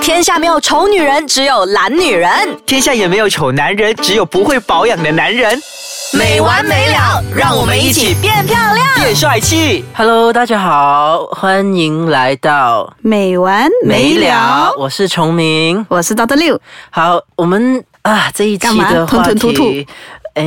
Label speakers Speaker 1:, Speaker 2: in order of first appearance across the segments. Speaker 1: 天下没有丑女人，只有懒女人。
Speaker 2: 天下也没有丑男人，只有不会保养的男人。
Speaker 1: 没完没了，让我们一起变漂亮。
Speaker 2: 变帅气。
Speaker 3: Hello，大家好，欢迎来到
Speaker 4: 美完没了，
Speaker 3: 我是崇明。
Speaker 4: 我是 Doctor 六，
Speaker 3: 好，我们啊这一期
Speaker 4: 干嘛
Speaker 3: 的话题，
Speaker 4: 吞吞吐吐
Speaker 3: 哎，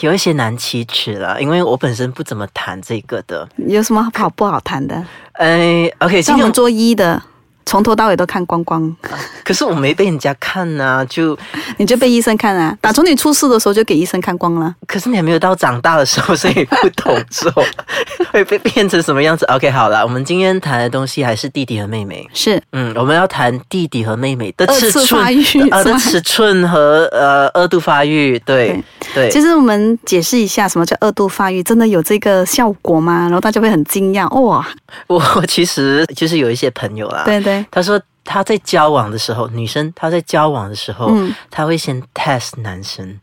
Speaker 3: 有一些难启齿了，因为我本身不怎么谈这个的。
Speaker 4: 有什么好不好谈的？
Speaker 3: 哎，OK，今
Speaker 4: 像我
Speaker 3: 天
Speaker 4: 们做医的，从头到尾都看光光，
Speaker 3: 可是我没被人家看呐、就
Speaker 4: 你就被医生看啊。打从你出事的时候就给医生看光了。
Speaker 3: 可是你还没有到长大的时候，所以不懂说 会被变成什么样子。OK，好了，我们今天谈的东西还是弟弟和妹妹。
Speaker 4: 是
Speaker 3: 嗯，我们要谈弟弟和妹妹的
Speaker 4: 二
Speaker 3: 尺
Speaker 4: 次
Speaker 3: 寸，
Speaker 4: 发育
Speaker 3: 呃
Speaker 4: 是
Speaker 3: 的
Speaker 4: 吗
Speaker 3: 尺寸和呃二度发育，对对，
Speaker 4: 其实我们解释一下什么叫二度发育，真的有这个效果吗？然后大家会很惊讶，哇，
Speaker 3: 我 我其实就是有一些朋友啦，
Speaker 4: 对对，
Speaker 3: 他说他在交往的时候，女生她在交往的时候，
Speaker 4: 嗯
Speaker 3: 她会先 test 男生，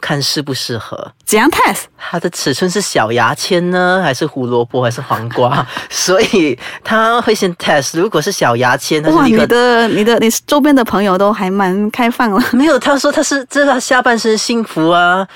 Speaker 3: 看适不适合。
Speaker 4: 怎样 test？
Speaker 3: 他的尺寸是小牙签呢，还是胡萝卜，还是黄 瓜？所以他会先 test。如果是小牙签，他
Speaker 4: 哇，
Speaker 3: 是一
Speaker 4: 你
Speaker 3: 个
Speaker 4: 的你的你周边的朋友都还蛮开放了，
Speaker 3: 没有。他说他是这是他下半身幸福啊，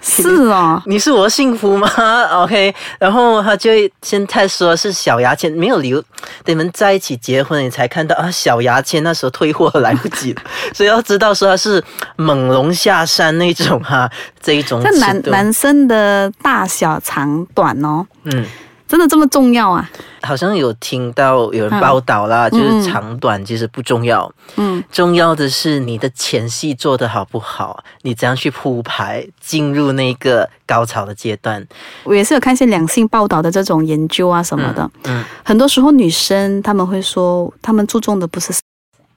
Speaker 4: 是哦，
Speaker 3: 你是我幸福吗 ？OK，然后他就会先太说是小牙签没有留，等你们在一起结婚，你才看到啊，小牙签那时候退货来不及了， 所以要知道说他是猛龙下山那种哈、 这一种
Speaker 4: 这男
Speaker 3: 尺度
Speaker 4: 男生的大小长短哦，
Speaker 3: 嗯，
Speaker 4: 真的这么重要啊？
Speaker 3: 好像有听到有人报道啦，就是长短其实不重要，
Speaker 4: 嗯，
Speaker 3: 重要的是你的前戏做得好不好，你怎样去铺排进入那个高潮的阶段，
Speaker 4: 我也是有看一些两性报道的这种研究啊什么的。
Speaker 3: 嗯
Speaker 4: 很多时候女生她们会说，她们注重的不是，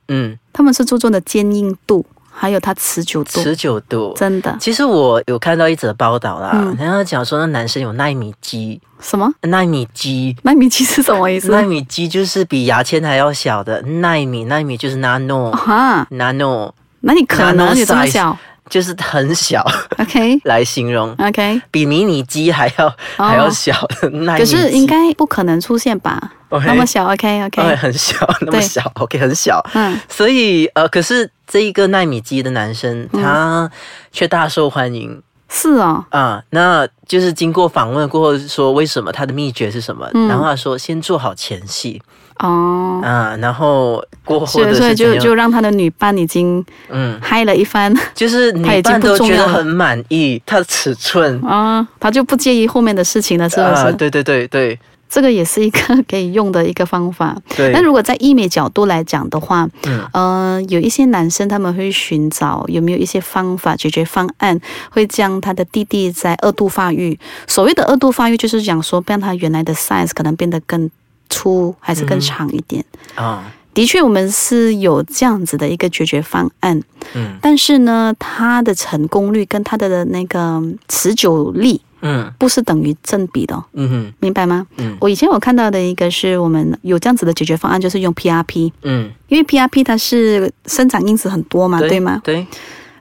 Speaker 3: 嗯，
Speaker 4: 她们是注重的坚硬度，还有它持久度。
Speaker 3: 持久度。
Speaker 4: 真的
Speaker 3: 其实我有看到一则报道啦，
Speaker 4: 嗯
Speaker 3: 人家讲说那男生有纳米肌，
Speaker 4: 什么？
Speaker 3: 纳米肌。
Speaker 4: 纳米机是什么意思
Speaker 3: 纳？ 米肌就是比牙签还要小的纳米，纳米就是 nano，nano、
Speaker 4: 啊，
Speaker 3: nano
Speaker 4: 那你可
Speaker 3: Nano
Speaker 4: 能有这么
Speaker 3: size
Speaker 4: 小
Speaker 3: 就是很小
Speaker 4: ？OK
Speaker 3: 来形容，
Speaker 4: OK，
Speaker 3: 比迷你鸡还要、
Speaker 4: 哦
Speaker 3: 还要小的纳米
Speaker 4: 可
Speaker 3: 肌。
Speaker 4: 是应该不可能出现吧
Speaker 3: OK
Speaker 4: 那么小？OK
Speaker 3: 哎
Speaker 4: OK，
Speaker 3: 很小，那么
Speaker 4: 对
Speaker 3: 小，OK 很小。
Speaker 4: 嗯，
Speaker 3: 所以呃，可是这一个纳米肌的男生，
Speaker 4: 嗯
Speaker 3: 他却大受欢迎。
Speaker 4: 是哦，
Speaker 3: 啊，那就是经过访问过后说为什么他的秘诀是什么，
Speaker 4: 嗯
Speaker 3: 然后他说先做好前戏
Speaker 4: 哦。
Speaker 3: 啊，然后过后
Speaker 4: 所
Speaker 3: 的
Speaker 4: 以，
Speaker 3: 是
Speaker 4: 所以
Speaker 3: 怎
Speaker 4: 就
Speaker 3: 样
Speaker 4: 就让他的女伴已经
Speaker 3: 嗯，
Speaker 4: 嗨了一番
Speaker 3: 就是
Speaker 4: 他
Speaker 3: 女
Speaker 4: 已经
Speaker 3: 伴
Speaker 4: 不
Speaker 3: 都
Speaker 4: 重
Speaker 3: 觉得
Speaker 4: 要了
Speaker 3: 很满意他的尺寸
Speaker 4: 啊、他就不介意后面的事情了，是不是？
Speaker 3: 啊，对对对对
Speaker 4: 这个也是一个 可以用的一个方法。
Speaker 3: 对，
Speaker 4: 那如果在医美角度来讲的话，
Speaker 3: 嗯
Speaker 4: 呃，有一些男生他们会寻找有没有一些方法、解决方案，会将他的弟弟在二度发育。所谓的二度发育，就是讲说让他原来的 size 可能变得更粗还
Speaker 3: 嗯
Speaker 4: 是更长一点。
Speaker 3: 啊
Speaker 4: 的确，我们是有这样子的一个解决方案，
Speaker 3: 嗯
Speaker 4: 但是呢，它的成功率跟它的那个持久力
Speaker 3: 嗯
Speaker 4: 不是等于正比的哦、
Speaker 3: 嗯哼
Speaker 4: 明白吗？
Speaker 3: 嗯
Speaker 4: 我以前有看到的一个是我们有这样子的解决方案，就是用 PRP，
Speaker 3: 嗯，
Speaker 4: 因为 PRP 它是生长因子很多嘛，啊对吗？
Speaker 3: 对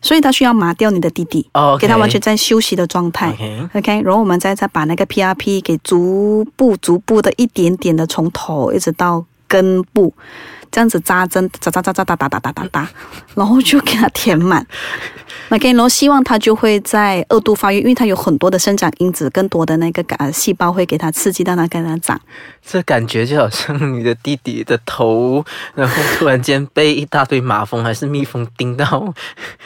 Speaker 4: 所以它需要麻掉你的弟弟，
Speaker 3: 哦，
Speaker 4: 给他完全在休息的状态。
Speaker 3: OK，
Speaker 4: OK，然后我们再再把那个 PRP 给逐步、逐步的一点点的从头一直到根部，这样子扎针，扎扎扎扎打打打打打打，然后就给它填满。OK，然后希望它就会在二度发育，因为它有很多的生长因子，更多的那个感细胞会给它刺激，让它跟它长。
Speaker 3: 这感觉就好像你的弟弟的头，然后突然间被一大堆马蜂还是蜜蜂叮到，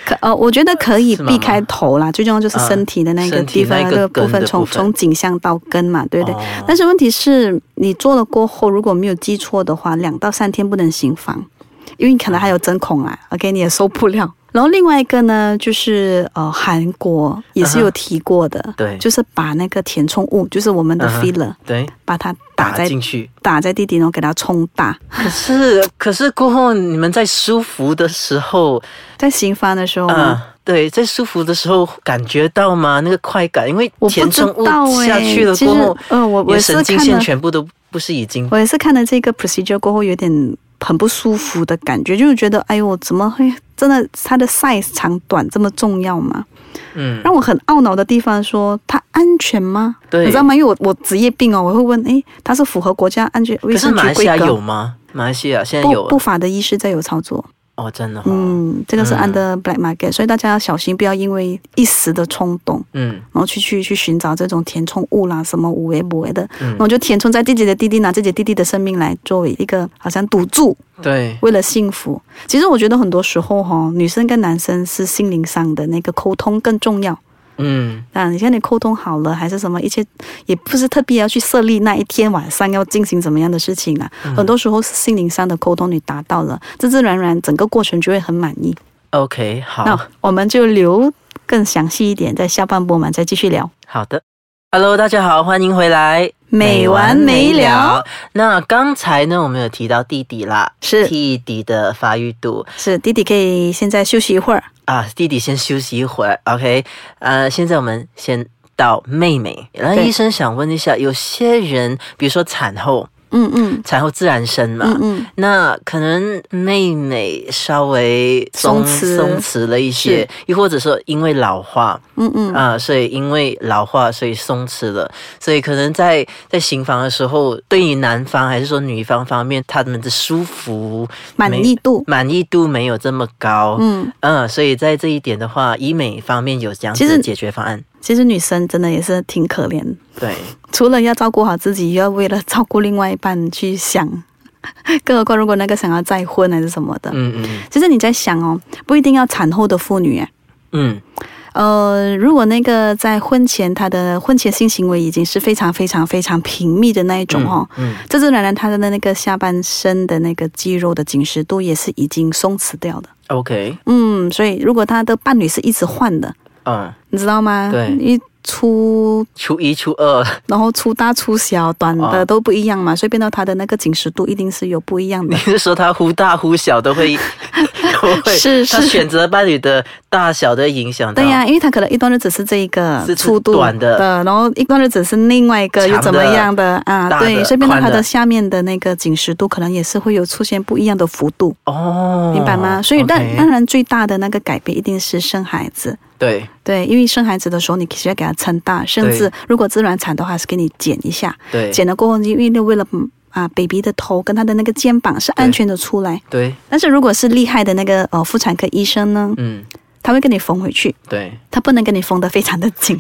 Speaker 4: 可呃，我觉得可以
Speaker 3: 是吗
Speaker 4: 避开头啦，最重要就是身体的那
Speaker 3: 啊
Speaker 4: 个
Speaker 3: 身体
Speaker 4: 地方、
Speaker 3: 那
Speaker 4: 那
Speaker 3: 个
Speaker 4: 个部
Speaker 3: 根
Speaker 4: 分，
Speaker 3: 的
Speaker 4: 从
Speaker 3: 部分
Speaker 4: 从颈项到根嘛，对不对？
Speaker 3: 哦
Speaker 4: 但是问题是你做了过后，如果没有记错的话，两到三天不能行房，因为你可能还有针孔啦，OK，你也受不了。 然后另外一个呢，就是呃，韩国也是有提过的，
Speaker 3: 对
Speaker 4: 就是把那个填充物，就是我们的
Speaker 3: 嗯哼
Speaker 4: filler，、
Speaker 3: 对，
Speaker 4: 把它打
Speaker 3: 打
Speaker 4: 在
Speaker 3: 进去。
Speaker 4: 打在地底，然后给它冲大。
Speaker 3: 可是，可是过后你们在舒服的时候，
Speaker 4: 在行房的时候
Speaker 3: 啊、
Speaker 4: 呢，
Speaker 3: 对，在舒服的时候感觉到吗？那个快感，因为
Speaker 4: 我不
Speaker 3: 填
Speaker 4: 知
Speaker 3: 充物
Speaker 4: 道哎、
Speaker 3: 下去了
Speaker 4: 其
Speaker 3: 过
Speaker 4: 实
Speaker 3: 后，
Speaker 4: 呃，我
Speaker 3: 你
Speaker 4: 我
Speaker 3: 的
Speaker 4: 是
Speaker 3: 神经
Speaker 4: 看
Speaker 3: 线
Speaker 4: 了。
Speaker 3: 全部都不是已经
Speaker 4: 我也是看了这个 procedure 过后，有点很不舒服的感觉，就是觉得哎呦，怎么会真的它的 size 长短这么重要吗？
Speaker 3: 嗯，
Speaker 4: 让我很懊恼的地方说它安全吗？
Speaker 3: 对
Speaker 4: 你知道吗？因为我我职业病哦，我会问，哎，它是符合国家安全卫
Speaker 3: 可是
Speaker 4: 生
Speaker 3: 马
Speaker 4: 局
Speaker 3: 来西
Speaker 4: 规
Speaker 3: 亚有
Speaker 4: 格？
Speaker 3: 吗？马来西亚现在有
Speaker 4: 不不法的医师在有操作。
Speaker 3: 哦，真的、哦，
Speaker 4: 嗯，这个是
Speaker 3: 嗯
Speaker 4: under black market，、所以大家要小心，不要因为一时的冲动，
Speaker 3: 嗯
Speaker 4: 然后去去去寻找这种填充物啦，什么五为不为的，
Speaker 3: 嗯
Speaker 4: 然后就填充在自己的弟弟，拿自己弟弟的生命来作为一个好像赌注，
Speaker 3: 对，
Speaker 4: 为了幸福。其实我觉得很多时候哈、女生跟男生是心灵上的那个沟通更重要。
Speaker 3: 嗯
Speaker 4: 啊，你看你沟通好了还是什么，一切也不是特别要去设立那一天晚上要进行怎么样的事情啦。很多时候是心灵上的沟通你达到了，自自然而然整个过程就会很满意。
Speaker 3: ，OK，好。
Speaker 4: 那我们就留更详细一点，在下半波我们再继续聊。
Speaker 3: 好的，Hello，大家好，欢迎回来，
Speaker 4: 美完没了。
Speaker 3: 那刚才呢，我们有提到弟弟啦，
Speaker 4: 是
Speaker 3: 弟弟的发育度
Speaker 4: 是，弟弟可以现在休息一会儿。
Speaker 3: 啊，弟弟先休息一会儿，OK，呃，现在我们先到妹妹。然后
Speaker 4: 对
Speaker 3: 医生想问一下，有些人，比如说产后，
Speaker 4: 嗯嗯
Speaker 3: 产后自然生嘛，
Speaker 4: 嗯嗯，
Speaker 3: 那可能妹妹稍微
Speaker 4: 松弛
Speaker 3: 松弛了一些
Speaker 4: 是，
Speaker 3: 又或者说因为老化
Speaker 4: 嗯嗯，
Speaker 3: 啊、所以因为老化所以松弛了，所以可能在在行房的时候，对于男方还是说女方方面，他们的舒服
Speaker 4: 满
Speaker 3: 没
Speaker 4: 意度
Speaker 3: 满意度没有这么高，
Speaker 4: 嗯，
Speaker 3: 嗯、所以在这一点的话，医美方面有这样
Speaker 4: 其
Speaker 3: 子
Speaker 4: 实
Speaker 3: 的解决方案，
Speaker 4: 其实女生真的也是挺可怜，
Speaker 3: 对，
Speaker 4: 除了要照顾好自己，又要为了照顾另外一半去想。 更何况，如果那个想要再婚还是什么的，
Speaker 3: 嗯嗯
Speaker 4: 其实你在想哦，不一定要产后的妇女诶，
Speaker 3: 嗯，
Speaker 4: 呃，如果那个在婚前她的婚前性行为已经是非常非常非常频密的那一种哦，
Speaker 3: 嗯，
Speaker 4: 自自然然她的那个下半身的那个肌肉的紧实度也是已经松弛掉的。
Speaker 3: 嗯，OK，
Speaker 4: 嗯，所以如果她的伴侣是一直换的，
Speaker 3: 嗯，
Speaker 4: 你知道吗？
Speaker 3: 对
Speaker 4: 一出
Speaker 3: 初一初二，
Speaker 4: 然后粗大粗小、短
Speaker 3: 啊
Speaker 4: 的都不一样嘛，所以变到它的那个紧实度一定是有不一样
Speaker 3: 你
Speaker 4: 的。
Speaker 3: 是说他忽大忽小都 会，都会
Speaker 4: 是
Speaker 3: 他
Speaker 4: 是
Speaker 3: 选择伴侣的大小都会影响到。
Speaker 4: 对呀、因为它可能一段日子是这一个
Speaker 3: 是是
Speaker 4: 粗度
Speaker 3: 短的
Speaker 4: 然后一段日子是另外一个
Speaker 3: 长的
Speaker 4: 又怎么样的啊？
Speaker 3: 大的
Speaker 4: 对，所以变到它
Speaker 3: 宽的
Speaker 4: 的下面的那个紧实度可能也是会有出现不一样的幅度，
Speaker 3: 哦，
Speaker 4: 明白吗？所以嗯当
Speaker 3: OK
Speaker 4: 当然最大的那个改变一定是生孩子。
Speaker 3: 对
Speaker 4: 对，因为生孩子的时候，你需要给他撑大，甚至如果自然产的话，是给你剪一下，
Speaker 3: 对
Speaker 4: 剪了过后，因为为了嗯啊 baby 的头跟他的那个肩膀是安
Speaker 3: 对
Speaker 4: 全的出来。
Speaker 3: 对，
Speaker 4: 但是如果是厉害的那个呃妇产科医生呢，
Speaker 3: 嗯
Speaker 4: 他会跟你缝回去，
Speaker 3: 对，
Speaker 4: 他不能跟你缝得非常的 紧，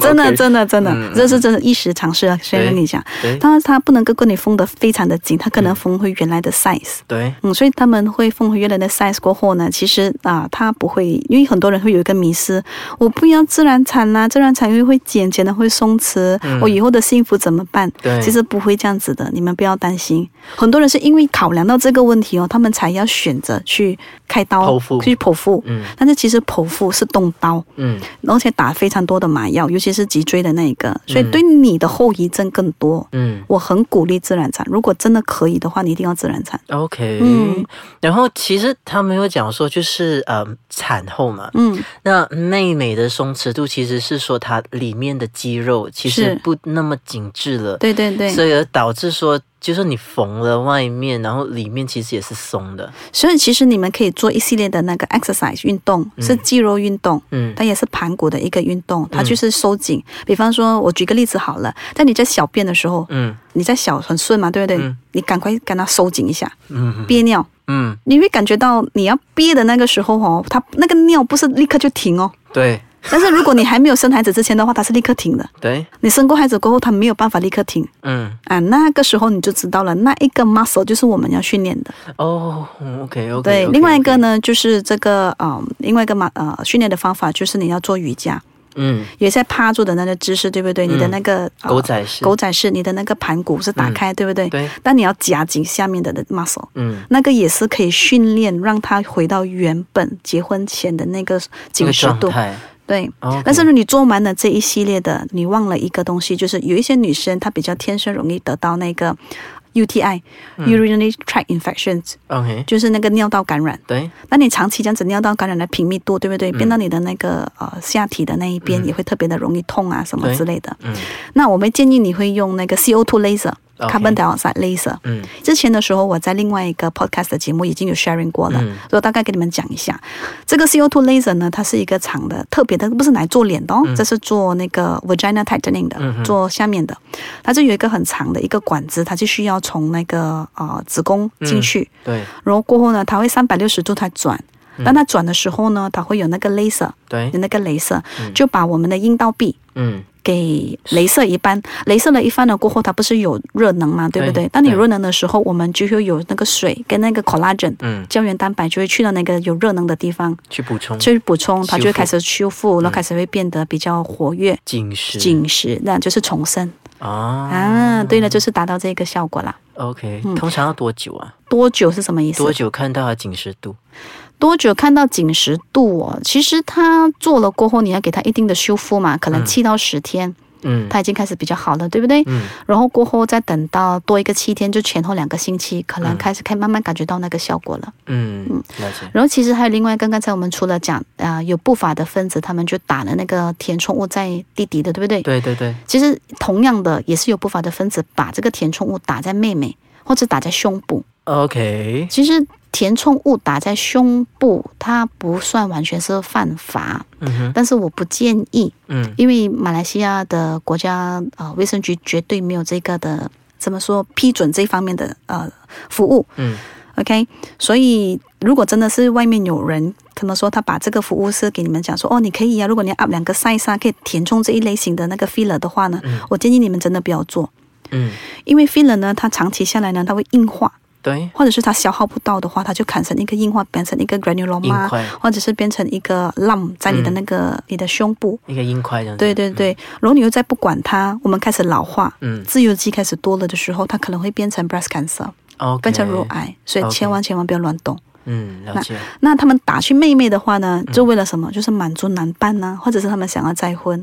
Speaker 4: 真的
Speaker 3: OK
Speaker 4: 真的真的，
Speaker 3: 嗯
Speaker 4: 这是真的一时尝试啊，先跟你讲，
Speaker 3: 对
Speaker 4: 他他不能够跟你缝得非常的紧，他可能缝回原来的 size。
Speaker 3: 对
Speaker 4: 嗯，所以他们会缝回原来的 size 过后呢，其实啊，他不会，因为很多人会有一个迷失，我不要自然产啦、自然产因为会减，减了会松弛，我以后的幸福怎么办？
Speaker 3: 嗯对
Speaker 4: 其实不会这样子的，你们不要担心。很多人是因为考量到这个问题哦，他们才要选择去开刀
Speaker 3: 剖腹
Speaker 4: 去剖腹。
Speaker 3: 嗯
Speaker 4: 但是其实剖腹是动刀，
Speaker 3: 嗯
Speaker 4: 而且打非常多的麻药，尤其是脊椎的那一个，所以对你的后遗症更多。
Speaker 3: 嗯
Speaker 4: 我很鼓励自然产，如果真的可以的话，你一定要自然产。
Speaker 3: ，OK。
Speaker 4: 嗯
Speaker 3: 然后其实他们有讲说，就是呃产后嘛，
Speaker 4: 嗯，
Speaker 3: 那妹妹的松弛度其实是说它里面的肌肉其实
Speaker 4: 是
Speaker 3: 不那么紧致了。
Speaker 4: 对对对，
Speaker 3: 所以而导致说，就是你缝了外面，然后里面其实也是松的。
Speaker 4: 所以其实你们可以做一系列的那个 exercise 运动，是肌肉运动。
Speaker 3: 嗯
Speaker 4: 它也是盘骨的一个运动，它就是收紧。比方说，我举个例子好了，在你在小便的时候，
Speaker 3: 嗯
Speaker 4: 你在小很顺嘛，对不对？
Speaker 3: 嗯
Speaker 4: 你赶快跟它收紧一下，
Speaker 3: 嗯
Speaker 4: 憋尿，
Speaker 3: 嗯，
Speaker 4: 你会感觉到你要憋的那个时候哦，它那个尿不是立刻就 停哦，
Speaker 3: 对
Speaker 4: 但是如果你还没有生孩子之前的话，它是立刻停的。
Speaker 3: 对，
Speaker 4: 你生过孩子过后，它没有办法立刻停
Speaker 3: 嗯
Speaker 4: 啊，那个时候你就知道了，那一个 muscle 就是我们要训练的。
Speaker 3: 哦，OK OK。
Speaker 4: 对另外一个，呢，就是这个嗯，另外一个嘛呃训练的方法就是你要做瑜伽，
Speaker 3: 嗯，
Speaker 4: 也在趴住的那个姿势，对不对？你的那个、呃
Speaker 3: 狗仔式，嗯
Speaker 4: 狗仔式，你的那个盘骨是打开，对不对？
Speaker 3: 对，
Speaker 4: 但你要夹紧下面的的 muscle，
Speaker 3: 嗯，
Speaker 4: 那个也是可以训练，让它回到原本结婚前的那个
Speaker 3: 这
Speaker 4: 紧
Speaker 3: 个
Speaker 4: 实
Speaker 3: 状
Speaker 4: 度。
Speaker 3: 态，哦
Speaker 4: 对。
Speaker 3: OK
Speaker 4: 但是呢，你做完了这一系列的，你忘了一个东西，就是有一些女生她比较天生容易得到那个 UTI、urinary
Speaker 3: 嗯
Speaker 4: tract infections，
Speaker 3: OK，
Speaker 4: 就是那个尿道感染。
Speaker 3: 对，
Speaker 4: 那你长期这样子尿道感染的频密度，对不
Speaker 3: 嗯
Speaker 4: 对？变到你的那个呃下体的那一边也会特别的容易痛啊，什么
Speaker 3: 对
Speaker 4: 之类的。
Speaker 3: 嗯
Speaker 4: 那我们建议你会用那个 CO2 laser，
Speaker 3: OK
Speaker 4: carbon dioxide laser。
Speaker 3: 嗯，
Speaker 4: 之前的时候我在另外一个 podcast 的节目已经有 sharing 过了，
Speaker 3: 嗯
Speaker 4: 所以我大概给你们讲一下。这个 CO2 laser 呢，它是一个长的特别的，不是拿来做脸的哦，
Speaker 3: 嗯
Speaker 4: 这是做那个 vagina tightening 的，做下面的。它就有一个很长的一个管子，它就需要从那个呃子宫进
Speaker 3: 嗯
Speaker 4: 去。
Speaker 3: 对
Speaker 4: 然后过后呢，它会三百六十度它转。
Speaker 3: 嗯
Speaker 4: 当它转的时候呢，它会有那个镭射，
Speaker 3: 对
Speaker 4: 有，那个镭射就把我们的阴道壁
Speaker 3: 嗯
Speaker 4: 给镭射一般，镭射了一番了过后，它不是有热能嘛，对不对？
Speaker 3: 对
Speaker 4: 当你
Speaker 3: 对
Speaker 4: 热能的时候，我们就会有那个水跟那个 collagen
Speaker 3: 嗯，
Speaker 4: 胶原蛋白就会去到那个有热能的地方
Speaker 3: 去补充
Speaker 4: 去补充，它
Speaker 3: 修复嗯
Speaker 4: 就会开始修复，然后开始会变得比较活跃、
Speaker 3: 紧实
Speaker 4: 紧实，那就是重生
Speaker 3: 啊
Speaker 4: 啊。对了，就是达到这个效果啦。
Speaker 3: ，OK，通常要多久啊？
Speaker 4: 多久是什么意思？
Speaker 3: 多久看到它紧实度？
Speaker 4: 多久看到紧实度哦？其实它做了过后，你要给它一定的修复嘛，可能七到十天，
Speaker 3: 嗯
Speaker 4: 它已经开始比较好了，对不对？
Speaker 3: 嗯
Speaker 4: 然后过后再等到多一个七天，就前后两个星期，可能开始可以慢慢感觉到那个效果了。
Speaker 3: 嗯，了解，
Speaker 4: 然后其实还有另外一个，刚才我们除了讲啊、呃有不法的分子，他们就打了那个填充物在弟弟的，对不对？
Speaker 3: 对对对，
Speaker 4: 其实同样的，也是有不法的分子把这个填充物打在妹妹或者打在胸部，
Speaker 3: OK，
Speaker 4: 其实填充物打在胸部，它不算完全是犯法，
Speaker 3: 嗯哼，
Speaker 4: 但是我不建议，
Speaker 3: 嗯
Speaker 4: 因为马来西亚的国家呃卫生局绝对没有这个的怎么说批准这方面的呃服务
Speaker 3: 嗯
Speaker 4: ，OK？所以如果真的是外面有人。他们说他把这个服务是给你们讲说哦，你可以啊，如果你要 up 两个 size 啊，可以填充这一类型的那个 filler 的话呢，我建议你们真的不要做，
Speaker 3: 嗯，
Speaker 4: 因为 filler 呢，它长期下来呢，它会硬化，
Speaker 3: 对，
Speaker 4: 或者是它消耗不到的话，它就砍成一个硬化，变成一个
Speaker 3: 硬
Speaker 4: granuloma，
Speaker 3: 块嗯
Speaker 4: 或者是变成一个 lump 在你的那个、你的胸部。
Speaker 3: 一个硬块这样子，
Speaker 4: 对对对，然后你又再不管它，我们开始老化，
Speaker 3: 嗯
Speaker 4: 自由基开始多了的时候，它可能会变成 breast cancer，
Speaker 3: ，OK，
Speaker 4: 变成乳癌，所以
Speaker 3: OK
Speaker 4: 千万千万不要乱动。
Speaker 3: 嗯，了解，
Speaker 4: 那他们打去妹妹的话呢，就为了什么？
Speaker 3: 嗯
Speaker 4: 就是满足男伴呐、或者是他们想要再婚，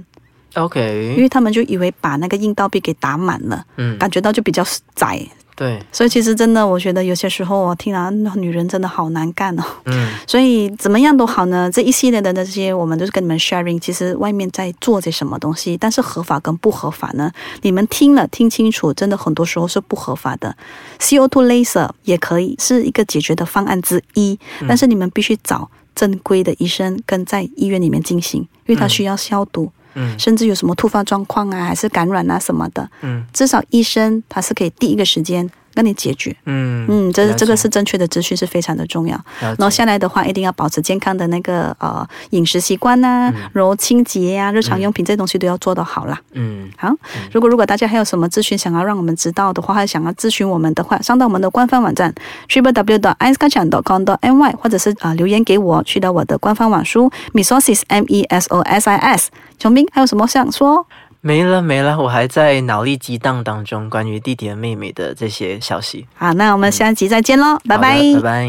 Speaker 4: 因
Speaker 3: OK，
Speaker 4: 为他们就以为把那个阴道壁给打满了，
Speaker 3: 嗯，
Speaker 4: 感觉到就比较窄，
Speaker 3: 对，
Speaker 4: 所以其实真的，我觉得有些时候我听啊，那女人真的好难干哦。
Speaker 3: 嗯
Speaker 4: 所以怎么样都好呢，这一系列的那些我们都是跟你们 sharing，其实外面在做些什么东西，但是合法跟不合法呢？你们听了听清楚，真的很多时候是不合法的。CO2 laser 也可以是一个解决的方案之一，
Speaker 3: 嗯
Speaker 4: 但是你们必须找正规的医生跟在医院里面进行，因为它需要消毒。
Speaker 3: 嗯
Speaker 4: 甚至有什么突发状况啊，还是感染啊什么的，
Speaker 3: 嗯
Speaker 4: 至少医生他是可以第一个时间跟你解决。
Speaker 3: 嗯
Speaker 4: 嗯，这是
Speaker 3: 了
Speaker 4: 这个
Speaker 3: 解
Speaker 4: 是正确的资讯是非常的重要。
Speaker 3: 了
Speaker 4: 然后
Speaker 3: 解
Speaker 4: 下来的话，一定要保持健康的那个呃饮食习惯呐、然后清洁呀、日常用品这些东西都要做得好啦。
Speaker 3: 嗯
Speaker 4: 好，如果如果大家还有什么咨询想要让我们知道的话，还想要咨询我们的话，上到我们的官方网站 triple w d i c e k a c h a n c o m n y 或者是啊、呃留言给我，去到我的官方网书 mesosis m e s o s i s。琼斌还有什么想说？
Speaker 3: 没了没了，我还在脑力激荡当中，关于弟弟和妹妹的这些消息。
Speaker 4: 好，那我们下一集再见喽，拜
Speaker 3: 好的
Speaker 4: 拜。
Speaker 3: 拜拜。